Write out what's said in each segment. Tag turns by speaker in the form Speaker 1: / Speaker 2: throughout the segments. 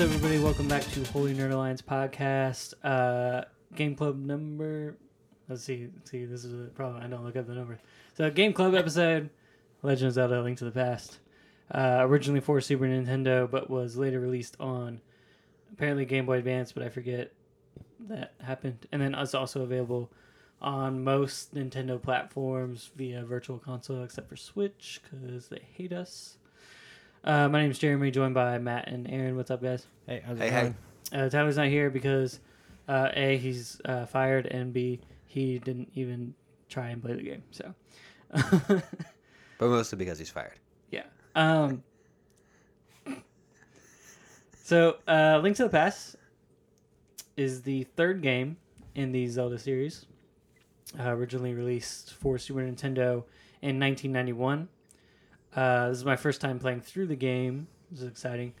Speaker 1: everybody? Welcome back to Holy Nerd Alliance podcast. Uh, game club number. Let's see. See, this is a problem. I don't look up the numbers. So, game club episode Legend of Zelda: A Link to the Past. Uh, originally for Super Nintendo, but was later released on apparently Game Boy Advance, but I forget that happened. And then it's also available on most Nintendo platforms via Virtual Console, except for Switch, because they hate us. Uh, my name is Jeremy, joined by Matt and Aaron. What's up, guys?
Speaker 2: Hey, how's
Speaker 3: Hey,
Speaker 2: it
Speaker 3: hey.
Speaker 2: going?
Speaker 1: Uh, Tyler's not here because uh, a he's uh, fired and b he didn't even try and play the game. So
Speaker 3: But mostly because he's fired.
Speaker 1: yeah. Um, so uh, Link to the Past is the third game in the Zelda series, uh, originally released for Super Nintendo in 1991. Uh, this is my first time playing through the game. This is exciting.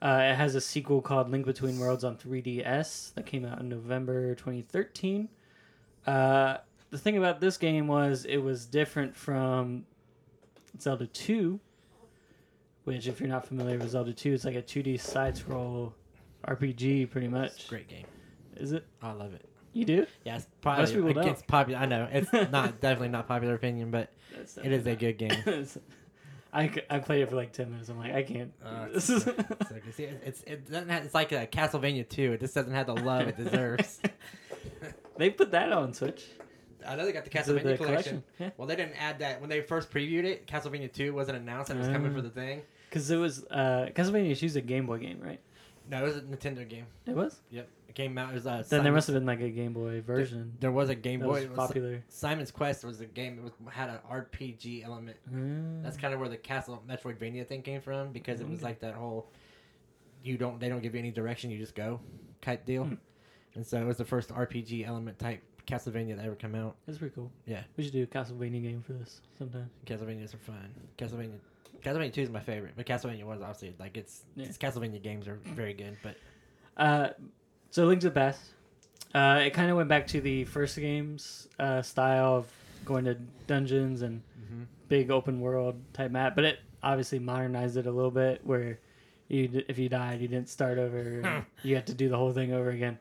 Speaker 1: Uh, it has a sequel called Link Between Worlds on 3DS that came out in November 2013. Uh, the thing about this game was it was different from Zelda 2, which, if you're not familiar with Zelda 2, it's like a 2D side scroll RPG, pretty
Speaker 2: It's
Speaker 1: much.
Speaker 2: a great game.
Speaker 1: Is it?
Speaker 2: I love it.
Speaker 1: You do?
Speaker 2: Yeah, it's probably
Speaker 1: Most people
Speaker 2: it
Speaker 1: don't.
Speaker 2: gets popular. I know it's not definitely not popular opinion, but
Speaker 1: That's
Speaker 2: it is a good game.
Speaker 1: I, c- I played it for like 10 minutes. I'm like, I can't. do
Speaker 2: Uh,
Speaker 1: this.
Speaker 2: it's, it's, like- it's, it's- it doesn't have, it's like a Castlevania 2. It just doesn't have the love it deserves.
Speaker 1: they put that on Switch.
Speaker 2: I know they got the
Speaker 1: Is it the
Speaker 2: Castlevania collection.
Speaker 1: Yeah.
Speaker 2: Well, they didn't add that when they first previewed it. Castlevania 2 wasn't announced and it was coming for the thing.
Speaker 1: Because it was uh, Castlevania Shoes a Game Boy game, right?
Speaker 2: No, it was a Nintendo game.
Speaker 1: It was.
Speaker 2: Yep, it came out. It was, uh,
Speaker 1: Then there
Speaker 2: Simon's-
Speaker 1: must have been like a Game Boy version
Speaker 2: There was a Game
Speaker 1: that
Speaker 2: Boy.
Speaker 1: was
Speaker 2: it was-
Speaker 1: popular.
Speaker 2: Simon's Quest was a game that was, had an RPG element.
Speaker 1: Mm.
Speaker 2: That's kind of where the Castle Metroidvania thing came from because it was
Speaker 1: Okay.
Speaker 2: like that whole you don't they don't give you any direction you just go type deal,
Speaker 1: Hmm.
Speaker 2: and so it was the first RPG element type Castlevania that ever come out.
Speaker 1: That's pretty cool.
Speaker 2: Yeah.
Speaker 1: We should do a Castlevania game for this sometime.
Speaker 2: Castlevanias are fun. Castlevania. Castlevania 2 is my favorite, but Castlevania was obviously like it's,
Speaker 1: Yeah.
Speaker 2: it's Castlevania games are very good, but
Speaker 1: Uh, so Link to the Past. Uh, it kind of went back to the first game's uh, style of going to dungeons and
Speaker 2: mm-hmm.
Speaker 1: big open world type map, but it obviously modernized it a little bit where you d- if you died you didn't start over and
Speaker 2: Hmm.
Speaker 1: you had to do the whole thing over again.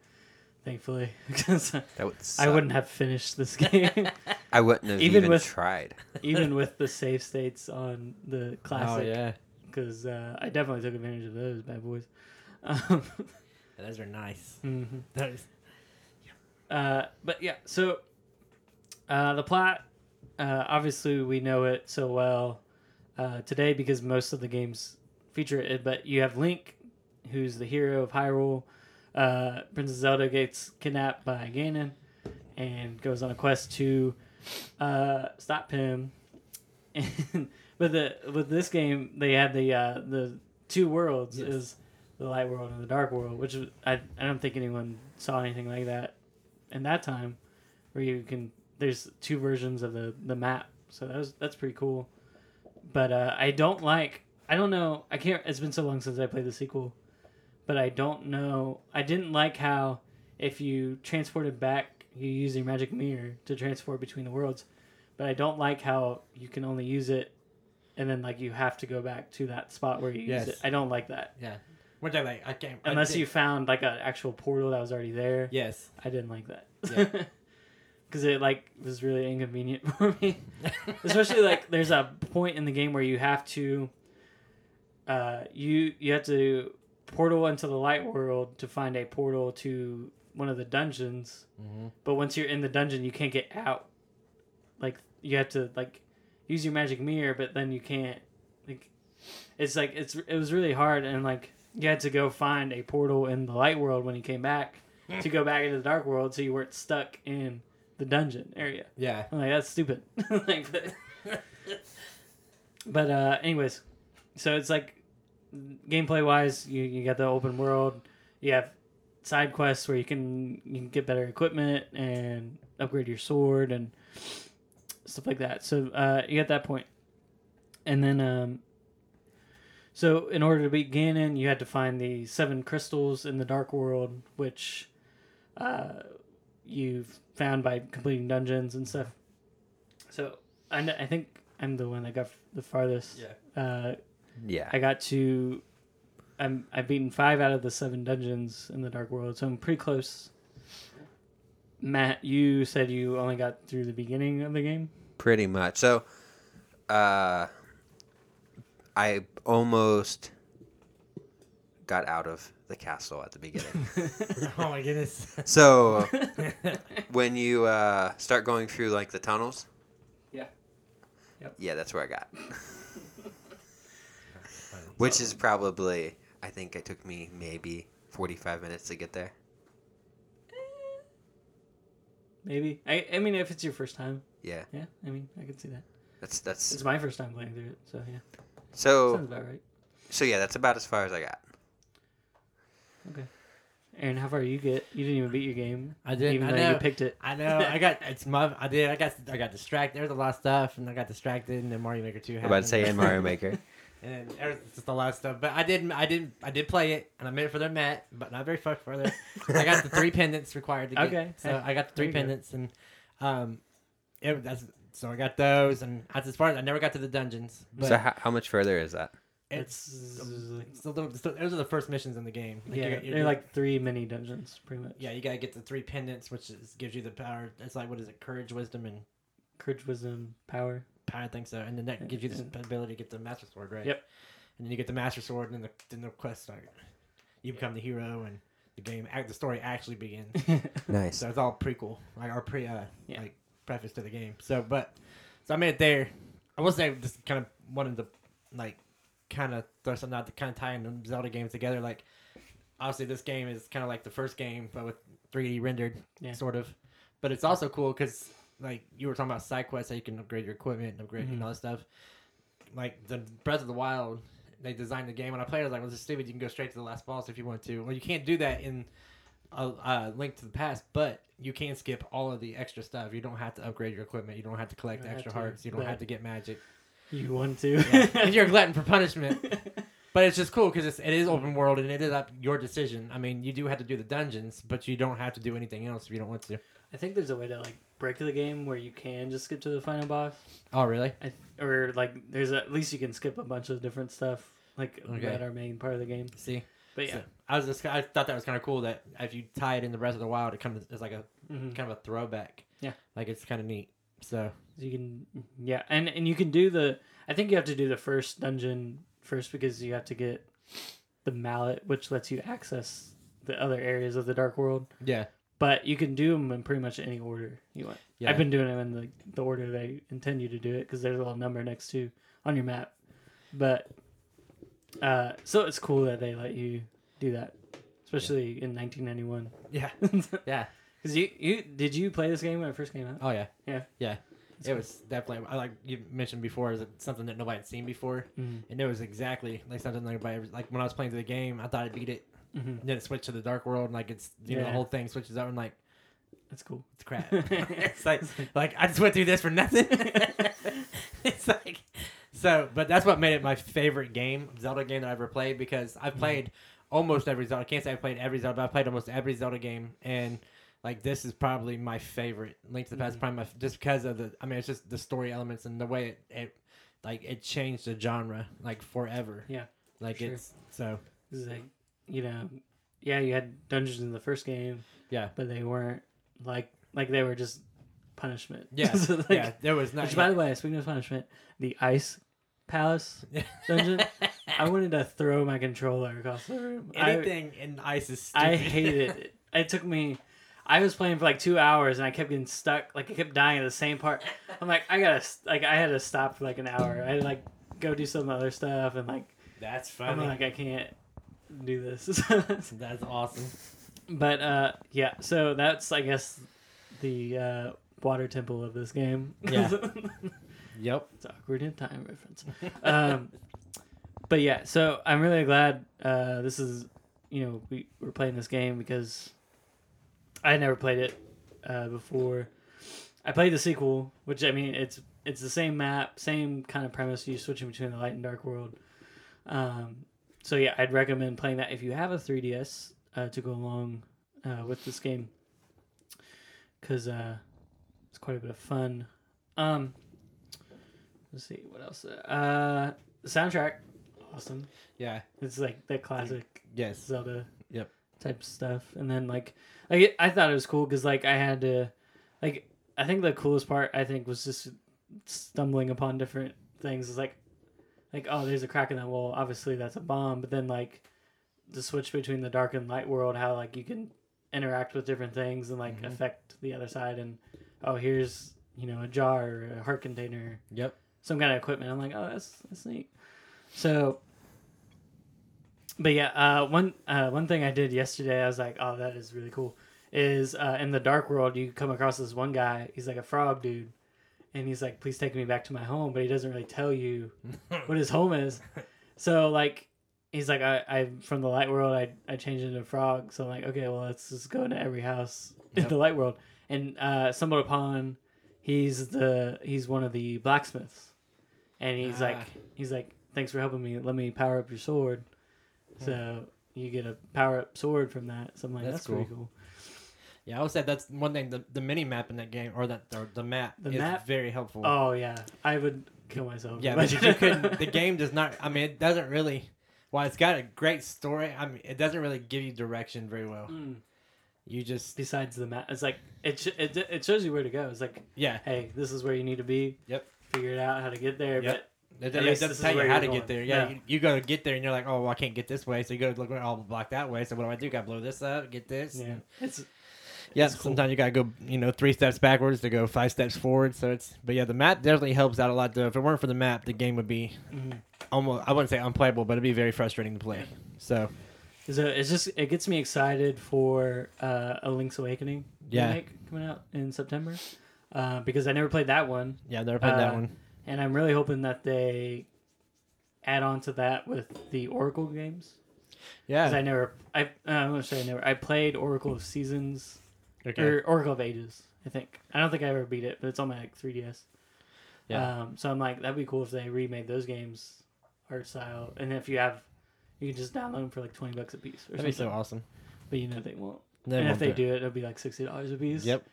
Speaker 1: Thankfully, because
Speaker 3: That would
Speaker 1: I
Speaker 3: suck.
Speaker 1: wouldn't have finished this game
Speaker 3: I wouldn't have
Speaker 1: Even
Speaker 3: even,
Speaker 1: with-
Speaker 3: tried.
Speaker 1: even with the save states on the classic.
Speaker 2: oh yeah,
Speaker 1: Because uh, I definitely took advantage of those bad boys. Um,
Speaker 2: those are nice.
Speaker 1: mhm.
Speaker 2: Those,
Speaker 1: Uh, but yeah, so uh, the plot, uh, obviously we know it so well uh, today because most of the games feature it. But you have Link, who's the hero of Hyrule. Uh, Princess Zelda gets kidnapped by Ganon and goes on a quest to uh, stop him. And but the with this game they had the uh, the two worlds
Speaker 2: Yes.
Speaker 1: is the light world and the dark world, which is- I I don't think anyone saw anything like that in that time, where you can there's two versions of the the map, so that was that's pretty cool. But uh, I don't like I don't know I can't it's been so long since I played the sequel, but I don't know I didn't like how if you transported back you use your magic mirror to transport between the worlds but I don't like how you can only use it and then like you have to go back to that spot where you
Speaker 2: Yes.
Speaker 1: use it. I don't like that.
Speaker 2: yeah, which I like. I can't I
Speaker 1: Unless
Speaker 2: did-
Speaker 1: you found like an actual portal that was already there.
Speaker 2: yes.
Speaker 1: I didn't like that.
Speaker 2: Yeah.
Speaker 1: Cuz it like was really inconvenient for me. Especially like there's a point in the game where you have to uh you you have to portal into the light world to find a portal to one of the dungeons
Speaker 2: Mhm.
Speaker 1: but once you're in the dungeon you can't get out like you have to like use your magic mirror but then you can't like it's like it's it was really hard and like you had to go find a portal in the light world when you came back to go back into the dark world so you weren't stuck in the dungeon area
Speaker 2: yeah.
Speaker 1: I'm like that's stupid like but, but uh anyways so it's like gameplay wise you, you got the open world you have side quests where you can you can get better equipment and upgrade your sword and stuff like that so uh you got that point and then um so in order to beat ganon you had to find the seven crystals in the dark world which uh you've found by completing dungeons and stuff so i, kn- I think i'm the one that Uh, got f- the farthest
Speaker 2: Yeah.
Speaker 1: uh
Speaker 3: Yeah.
Speaker 1: I got to I'm I've beaten five out of the seven dungeons in the Dark World, so I'm pretty close. Matt, you said you only got through the beginning of the game.
Speaker 3: Pretty much. So, uh, I almost got out of the castle at the beginning.
Speaker 2: oh my goodness.
Speaker 3: so, when you uh, start going through like the tunnels.
Speaker 1: Yeah. Yep.
Speaker 3: Yeah, that's where I got. Which is probably, I think it took me maybe 45 minutes to get there.
Speaker 1: Maybe I I mean if it's your first time,
Speaker 3: Yeah,
Speaker 1: yeah. I mean I can see that.
Speaker 3: that's that's
Speaker 1: It's my first time playing through it, so yeah, sounds
Speaker 3: so
Speaker 1: about right.
Speaker 3: so yeah. That's about as far as I got.
Speaker 1: Aaron, how far you get? You didn't even beat your game,
Speaker 2: I didn't.
Speaker 1: even
Speaker 2: I
Speaker 1: though
Speaker 2: know.
Speaker 1: you picked it.
Speaker 2: I know. I got it's my. I did. I got. I got distracted. There's a lot of stuff, and I got distracted, and then Mario Maker Two.
Speaker 3: I'm about to say and
Speaker 2: happened.
Speaker 3: Mario Maker.
Speaker 2: and then everything- just a lot of stuff. But I did. I did. I did play it, and I made it further than Matt, but not very far further. I got the three pendants required to get.
Speaker 1: Okay.
Speaker 2: So I got the three
Speaker 1: There you go.
Speaker 2: pendants, and um, it, that's so I got those, and that's as far as I never got to the dungeons. But
Speaker 3: so how, how much further is that?
Speaker 2: it's.
Speaker 1: It's,
Speaker 2: it's a little, so those are the first missions in the game. Like, you
Speaker 1: yeah,
Speaker 2: got- you-
Speaker 1: they're like three mini dungeons, pretty much.
Speaker 2: yeah, you gotta get the three pendants, which is, gives you the power. It's like what is it? Courage, wisdom, and
Speaker 1: courage, wisdom, power.
Speaker 2: power. I think so. And then that gives you this ability to get the master sword, right?
Speaker 1: Yep.
Speaker 2: And then you get the master sword, and then the then the quest start. You become the hero, and the game, act- the story actually begins.
Speaker 3: Nice.
Speaker 2: so it's all prequel, like our pre, uh,
Speaker 1: Yeah.
Speaker 2: like preface to the game. So, but so I made it there. I will say, just kind of wanted to, like, kind of throw something out to kind of tie in the Zelda games together. Like, obviously, this game is kind of like the first game, but with 3D rendered,
Speaker 1: Yeah.
Speaker 2: sort of. But it's also cool because, like, you were talking about side quests, how you can upgrade your equipment and upgrade
Speaker 1: Mm-hmm.
Speaker 2: and all that stuff. Like the Breath of the Wild, they designed the game. When I played, it, I was like, "Well, this is stupid. You can go straight to the last boss if you want to." Well, you can't do that in a uh, link to the past, but you can skip all of the extra stuff. You don't have to upgrade your equipment. You don't have to collect
Speaker 1: don't have
Speaker 2: extra
Speaker 1: to,
Speaker 2: hearts. You don't
Speaker 1: but-
Speaker 2: have to get magic.
Speaker 1: You want to?
Speaker 2: if you're a glutton for punishment. But it's just cool because it is open world and it is up your decision. I mean, you do have to do the dungeons, but you don't have to do anything else if you don't want to.
Speaker 1: I think there's a way to like break the game where you can just skip to the final boss,
Speaker 2: Oh, really?
Speaker 1: I, or like there's at least you can skip a bunch of different stuff like
Speaker 2: Okay.
Speaker 1: that are main part of the game.
Speaker 2: See,
Speaker 1: But yeah,
Speaker 2: So, I was just I thought that was kind of cool that if you tie it in the Breath of the Wild, it comes it's like a
Speaker 1: Mhm.
Speaker 2: kind of a throwback.
Speaker 1: Yeah.
Speaker 2: like it's kind of neat. So
Speaker 1: you can yeah, and and you can do the. I think you have to do the first dungeon first because you have to get the mallet, which lets you access the other areas of the dark world.
Speaker 2: yeah,
Speaker 1: But you can do them in pretty much any order you want.
Speaker 2: yeah.
Speaker 1: I've been doing them in the, the order they intend you to do it because there's a little number next to on your map. But uh, so it's cool that they let you do that, especially in 1991.
Speaker 2: yeah,
Speaker 1: Because
Speaker 2: yeah.
Speaker 1: you, you did you play this game when it first came out?
Speaker 2: Oh yeah,
Speaker 1: Yeah.
Speaker 2: yeah. It was definitely I like you mentioned before. Is it something that nobody had seen before?
Speaker 1: Mhm.
Speaker 2: And it was exactly like something that everybody ever- like when I was playing through the game. I thought I beat it,
Speaker 1: Mhm.
Speaker 2: and then it switched to the dark world, and like it's you know
Speaker 1: Yeah.
Speaker 2: the whole thing switches over, and like
Speaker 1: That's cool.
Speaker 2: it's crap. it's like like I just went through this for nothing. it's like so, but that's what made it my favorite game, Zelda game that I ever played because
Speaker 1: Mm-hmm.
Speaker 2: I've played almost every Zelda. I can't say I played every Zelda, but I played almost every Zelda game, and like this is probably my favorite. Link to the Past,
Speaker 1: Mm-hmm.
Speaker 2: is probably my just because of the. I mean, it's just the story elements and the way it, it like it changed the genre like forever.
Speaker 1: Yeah,
Speaker 2: like
Speaker 1: sure.
Speaker 2: it's so
Speaker 1: 'Cause, like you know, yeah, you had dungeons in the first game,
Speaker 2: yeah.
Speaker 1: but they weren't like like they were just punishment.
Speaker 2: Yeah,
Speaker 1: So, like,
Speaker 2: yeah, there was not.
Speaker 1: Which, by the way, speaking of punishment, the ice palace dungeon. I wanted to throw my controller across the room. I,
Speaker 2: anything in ice is. Stupid.
Speaker 1: I hated it. It took me. I was playing for like two hours and I kept getting stuck. Like I kept dying at the same part. I'm like, I gotta st- like I had to stop for like an hour. I had to like go do some other stuff and like
Speaker 2: That's
Speaker 1: I'm
Speaker 2: funny.
Speaker 1: like I can't do this.
Speaker 2: That's awesome.
Speaker 1: but uh yeah, so that's I guess the uh, water temple of this game.
Speaker 2: Yeah. Yep.
Speaker 1: It's awkward in time reference. Um, but yeah, so I'm really glad uh, this is, you know, we we're playing this game because I had never played it uh, before. I played the sequel, which I mean, it's it's the same map, same kind of premise. You're switching between the light and dark world. Um, so yeah, I'd recommend playing that if you have a 3DS uh, to go along uh, with this game because uh, it's quite a bit of fun. Um, Let's see what else. Uh, the soundtrack awesome.
Speaker 2: Yeah.
Speaker 1: It's like that classic
Speaker 2: Yes.
Speaker 1: Zelda
Speaker 2: Yep.
Speaker 1: type stuff. And then like like I thought it was cool because like I had to like I think the coolest part I think was just stumbling upon different things. It's like like oh there's a crack in that wall. Obviously that's a bomb. But then like the switch between the dark and light world, how like you can interact with different things and like
Speaker 2: Mhm.
Speaker 1: affect the other side. And oh here's you know a jar, or a heart container,
Speaker 2: Yep.
Speaker 1: some kind of equipment. I'm like, oh, that's that's neat. So, but yeah, uh, one uh, one thing I did yesterday, I was like, oh, that is really cool. Is uh, in the dark world, you come across this one guy. He's like a frog dude, and he's like, please take me back to my home. But he doesn't really tell you what his home is. So like. He's like I, I from the light world I, I changed into a frog so I'm like okay well let's just go into every house in
Speaker 2: Yep.
Speaker 1: the light world and uh, stumbled upon he's the he's one of the blacksmiths and he's like
Speaker 2: Ah.
Speaker 1: he's like thanks for helping me let me power up your sword so you get a power up sword from that so i'm like that's,
Speaker 2: That's
Speaker 1: pretty cool
Speaker 2: Yeah, I would say that's one thing. The, the mini map in that game, or that or the map,
Speaker 1: The
Speaker 2: is
Speaker 1: map?
Speaker 2: very helpful.
Speaker 1: oh yeah i would kill myself
Speaker 2: yeah,
Speaker 1: but
Speaker 2: because you could. The game does not. I mean, it doesn't really. While it's got a great story, I mean, it doesn't really give you direction very well.
Speaker 1: Mm.
Speaker 2: You just
Speaker 1: besides the map it's like it, sh- it it shows you where to go it's like
Speaker 2: yeah.
Speaker 1: hey this is where you need to be
Speaker 2: Yep.
Speaker 1: figure it out how to get there
Speaker 2: Yep. It, it
Speaker 1: least this is
Speaker 2: doesn't tell
Speaker 1: where
Speaker 2: you how
Speaker 1: you're
Speaker 2: to
Speaker 1: going.
Speaker 2: get there. Yeah,
Speaker 1: Yeah.
Speaker 2: You, you go to get there, and you're like, oh, well, I can't get this way, so you go to look all block that way. So what do I do? Got to blow this up, get this.
Speaker 1: but yeah it's
Speaker 2: Yeah,
Speaker 1: It's cool.
Speaker 2: sometimes you gotta go, you know, three steps backwards to go five steps forward. So it's, but yeah, the map definitely helps out a lot. Though, if it weren't for the map, the game would be
Speaker 1: Mhm.
Speaker 2: almost, I wouldn't say unplayable, but it'd be very frustrating to play. So
Speaker 1: So it's just it gets me excited for uh, a Link's Awakening
Speaker 2: Yeah.
Speaker 1: remake coming out in September uh, because I never played that one
Speaker 2: yeah, never played that
Speaker 1: Uh,
Speaker 2: one.
Speaker 1: and I'm really hoping that they add on to that with the Oracle games because
Speaker 2: Yeah,
Speaker 1: I never I uh, I'm gonna say I never I played Oracle of Seasons
Speaker 2: okay.
Speaker 1: or Oracle of Ages I think I don't think I ever beat it but it's on my like 3ds
Speaker 2: Yeah.
Speaker 1: um, so I'm like that'd be cool if they remade those games art style and if you have you can just download them for like 20 bucks a piece or
Speaker 2: that'd be so
Speaker 1: something
Speaker 2: awesome.
Speaker 1: but you know they won't
Speaker 2: They
Speaker 1: and if
Speaker 2: won't
Speaker 1: they
Speaker 2: do
Speaker 1: do it, it'll be like sixty dollars a
Speaker 2: it.
Speaker 1: piece.
Speaker 2: yep,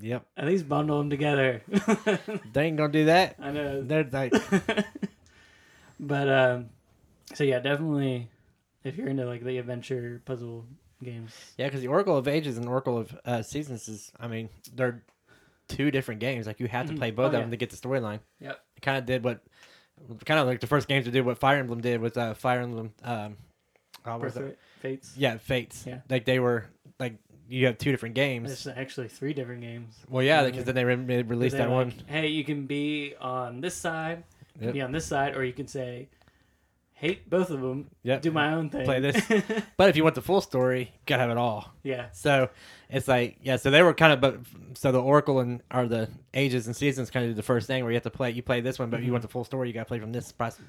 Speaker 2: yep,
Speaker 1: At least bundle them together.
Speaker 2: they ain't gonna do that.
Speaker 1: I know.
Speaker 2: They're like,
Speaker 1: but um, so yeah, definitely. If you're into like the adventure puzzle games,
Speaker 2: yeah, because the Oracle of Ages and Oracle of uh, Seasons is, I mean, they're two different games. Like you have to
Speaker 1: Mhm.
Speaker 2: play both
Speaker 1: Oh,
Speaker 2: of them
Speaker 1: yeah.
Speaker 2: to get the storyline.
Speaker 1: Yep.
Speaker 2: It kind of did what, kind of like the first games to do what Fire Emblem did with uh, Fire Emblem. Um, uh, what was
Speaker 1: Birth
Speaker 2: it?
Speaker 1: Rate Fates.
Speaker 2: Yeah, Fates.
Speaker 1: Yeah.
Speaker 2: Like they were like you have two different
Speaker 1: There's
Speaker 2: games.
Speaker 1: actually three different games.
Speaker 2: Well, yeah,
Speaker 1: Yeah.
Speaker 2: because then they re- they released
Speaker 1: They're
Speaker 2: that one.
Speaker 1: like, Hey, you can be on this side, you can
Speaker 2: Yep.
Speaker 1: be on this side, or you can say, hate both of them,
Speaker 2: Yep.
Speaker 1: do my own thing.
Speaker 2: Play this. But if you want the full story, you gotta have it all.
Speaker 1: yeah.
Speaker 2: So it's like yeah. So they were kind of but so the Oracle and or the Ages and Seasons kind of did the first thing where you have to play. You play this one, but if you want the full story, you gotta play from this pros-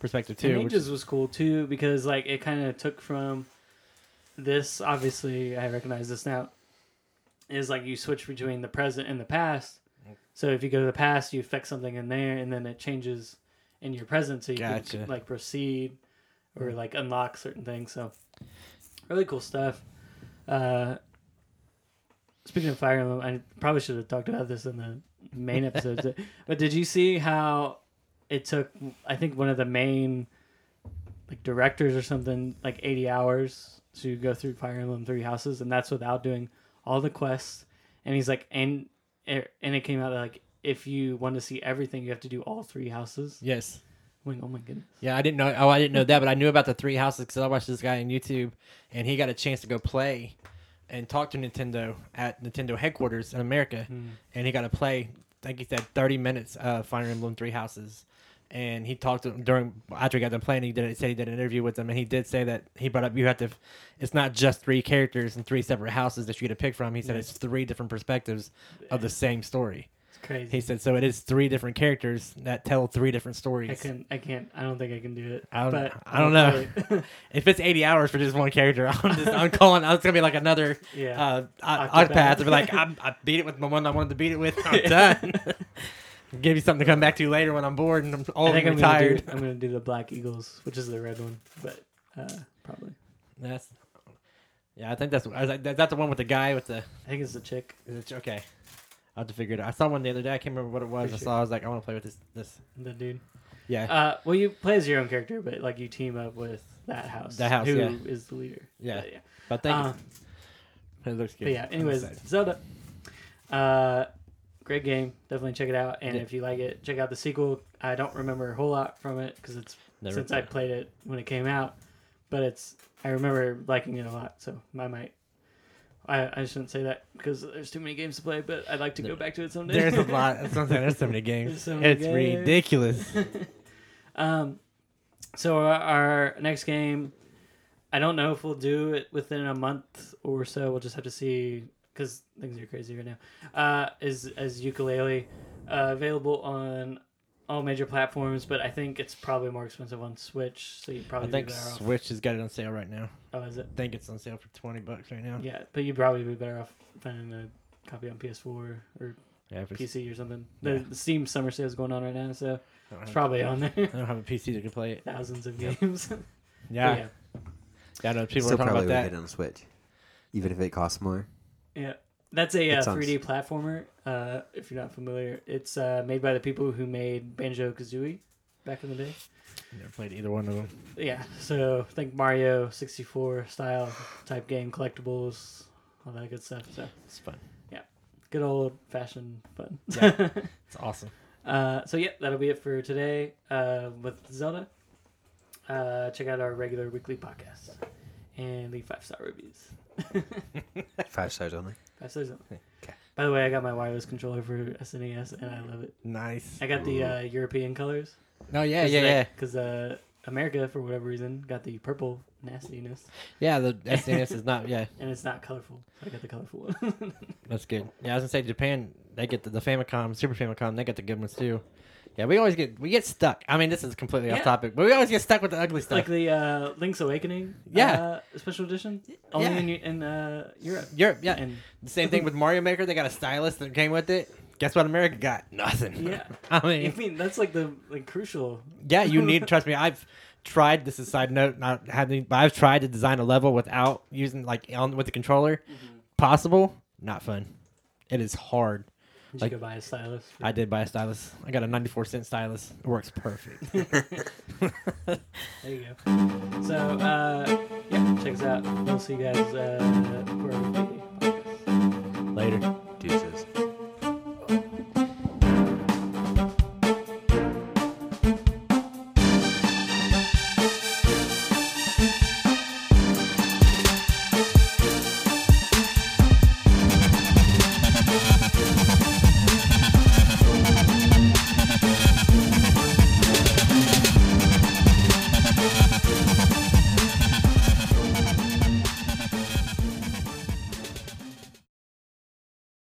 Speaker 2: perspective too.
Speaker 1: Mm-hmm. And
Speaker 2: which-
Speaker 1: Ages was cool too because like it kind of took from this. Obviously, I recognize this now. Is like you switch between the present and the past.
Speaker 2: Mm.
Speaker 1: So if you go to the past, you fix something in there, and then it changes in your present, so you
Speaker 2: Gotcha. Mm.
Speaker 1: can like proceed or like unlock certain things. So really cool stuff. Uh, speaking of Fire Emblem, I probably should have talked about this in the main episodes, but did you see how it took? I think one of the main like directors or something like 80 hours to go through Fire Emblem Three Houses, and that's without doing all the quests. And he's like, and er, and it came out that like if you want to see everything, you have to do all three houses.
Speaker 2: yes.
Speaker 1: I'm like, oh my goodness,
Speaker 2: Yeah, I didn't know. Oh, I didn't know that, but I knew about the three houses because I watched this guy on YouTube, and he got a chance to go play and talk to Nintendo at Nintendo headquarters in America,
Speaker 1: Hmm.
Speaker 2: and he got to play. I think he said thirty minutes of Fire Emblem Three Houses, and he talked to during after he got done playing. He did said he did an interview with them, and he did say that he brought up you have to. It's not just three characters and three separate houses that you get to pick from. He said
Speaker 1: Yeah.
Speaker 2: it's three different perspectives of the same story.
Speaker 1: it's crazy.
Speaker 2: He said so it is three different characters that tell three different stories.
Speaker 1: I can I can't. I don't think I can do it.
Speaker 2: I don't-
Speaker 1: but
Speaker 2: I don't
Speaker 1: I'll
Speaker 2: know.
Speaker 1: play it.
Speaker 2: If it's 80 hours for just one character, I'm just I'm calling. It's gonna be like another
Speaker 1: yeah.
Speaker 2: uh, o-
Speaker 1: Octopath.
Speaker 2: Octopath. I'll be like, I'm, I beat it with the one I wanted to beat it with. I'm done. Give you something to come back to later when I'm bored and I'm
Speaker 1: I
Speaker 2: old
Speaker 1: think
Speaker 2: and
Speaker 1: I'm gonna, do,
Speaker 2: retired.
Speaker 1: I'm gonna do the Black Eagles, which is the red one, but uh, probably
Speaker 2: That's yeah. I think that's I was like, that's the one with the guy with the.
Speaker 1: I think it's the chick.
Speaker 2: is it- okay, I will have to figure it out. I saw one the other day. I can't remember what it was.
Speaker 1: For
Speaker 2: I
Speaker 1: sure.
Speaker 2: saw. I was like, I want to play with this. This
Speaker 1: The dude.
Speaker 2: Yeah.
Speaker 1: Uh, well, you play as your own character, but like you team up with that house.
Speaker 2: That house,
Speaker 1: who
Speaker 2: yeah.
Speaker 1: is the leader?
Speaker 2: Yeah.
Speaker 1: But yeah.
Speaker 2: but thank
Speaker 1: Uh,
Speaker 2: you. It looks good.
Speaker 1: but yeah.
Speaker 2: I'm
Speaker 1: Anyways,
Speaker 2: excited.
Speaker 1: Zelda. Uh, great game. Definitely check it out. And
Speaker 2: Yeah.
Speaker 1: if you like it, check out the sequel. I don't remember a whole lot from it because it's
Speaker 2: Never
Speaker 1: since I
Speaker 2: played.
Speaker 1: played it when it came out. But it's I remember liking it a lot, so I might. I, I shouldn't say that because there's too many games to play, but I'd like to go back to it someday.
Speaker 2: there's a lot. That's what I'm saying. There's so many games.
Speaker 1: There's so many
Speaker 2: it's
Speaker 1: games.
Speaker 2: ridiculous.
Speaker 1: Um, so our, our next game, I don't know if we'll do it within a month or so. We'll just have to see because things are crazy right now. Uh, is as ukulele uh, available on all major platforms, but I think it's probably more expensive on Switch, so you'd
Speaker 2: I
Speaker 1: probably
Speaker 2: think
Speaker 1: be better off.
Speaker 2: Switch has got it on sale right now.
Speaker 1: Oh, is it?
Speaker 2: I think it's on sale for twenty bucks right now.
Speaker 1: Yeah, but you'd probably be better off finding a copy on PS4 or
Speaker 2: Yeah, if it's-
Speaker 1: PC or something.
Speaker 2: Yeah. Uh,
Speaker 1: The, the Steam summer sale is going on right now, so
Speaker 2: I don't
Speaker 1: it's
Speaker 2: have-
Speaker 1: probably on there.
Speaker 2: I don't have a PC that can play it.
Speaker 1: Thousands of games. But
Speaker 2: Yeah, yeah. I know people
Speaker 3: Still
Speaker 2: are talking
Speaker 3: probably
Speaker 2: about
Speaker 3: would
Speaker 2: that.
Speaker 3: get it on Switch, even if it costs more.
Speaker 1: Yeah, that's a uh,
Speaker 3: It sounds-
Speaker 1: 3D platformer. Uh, if you're not familiar, it's uh, made by the people who made Banjo Kazooie back in the day.
Speaker 2: Never played either one of them.
Speaker 1: Yeah, so think Mario 64 style type game, collectibles, all that good stuff. So
Speaker 2: It's fun.
Speaker 1: good old fashioned fun.
Speaker 2: Yeah. It's awesome.
Speaker 1: uh, so yeah, that'll be it for today uh, with Zelda. Uh, check out our regular weekly podcast and leave five star reviews.
Speaker 3: Five stars only.
Speaker 1: Five stars. only.
Speaker 3: Okay.
Speaker 1: By the way, I got my wireless controller for SNES and I love it.
Speaker 2: Nice.
Speaker 1: I got the uh, European colors.
Speaker 2: No, yeah, yeah, yeah,
Speaker 1: Because uh, America, for whatever reason, got the purple nastiness,
Speaker 2: yeah. The SNES is not. Yeah,
Speaker 1: and it's not colorful. So I got the colorful one.
Speaker 2: that's good. Yeah, I was gonna say Japan. They get the, the Famicom, Super Famicom. They get the good ones too. Yeah, we always get we get stuck. I mean, this is completely off
Speaker 1: Yeah.
Speaker 2: topic, but we always get stuck with the ugly stuff.
Speaker 1: like the uh, Link's Awakening,
Speaker 2: Yeah.
Speaker 1: uh, special edition, only in in in uh, Europe.
Speaker 2: Europe, yeah.
Speaker 1: And
Speaker 2: The same thing with Mario Maker. They got a stylus that came with it. Guess what? America got nothing.
Speaker 1: Yeah.
Speaker 2: I
Speaker 1: I
Speaker 2: mean,
Speaker 1: mean that's like the like crucial.
Speaker 2: yeah, you need trust me. I've tried this is a side note, not having, but I've tried to design a level without using like on with the controller. Possible, not fun. It is hard.
Speaker 1: Did
Speaker 2: Like-
Speaker 1: you go buy a stylus?
Speaker 2: I did buy a stylus. I got a 94 cent stylus. It works perfect.
Speaker 1: There you go. So uh, yeah, check us out. We'll see you guys uh, for our weekly podcast.
Speaker 2: Later.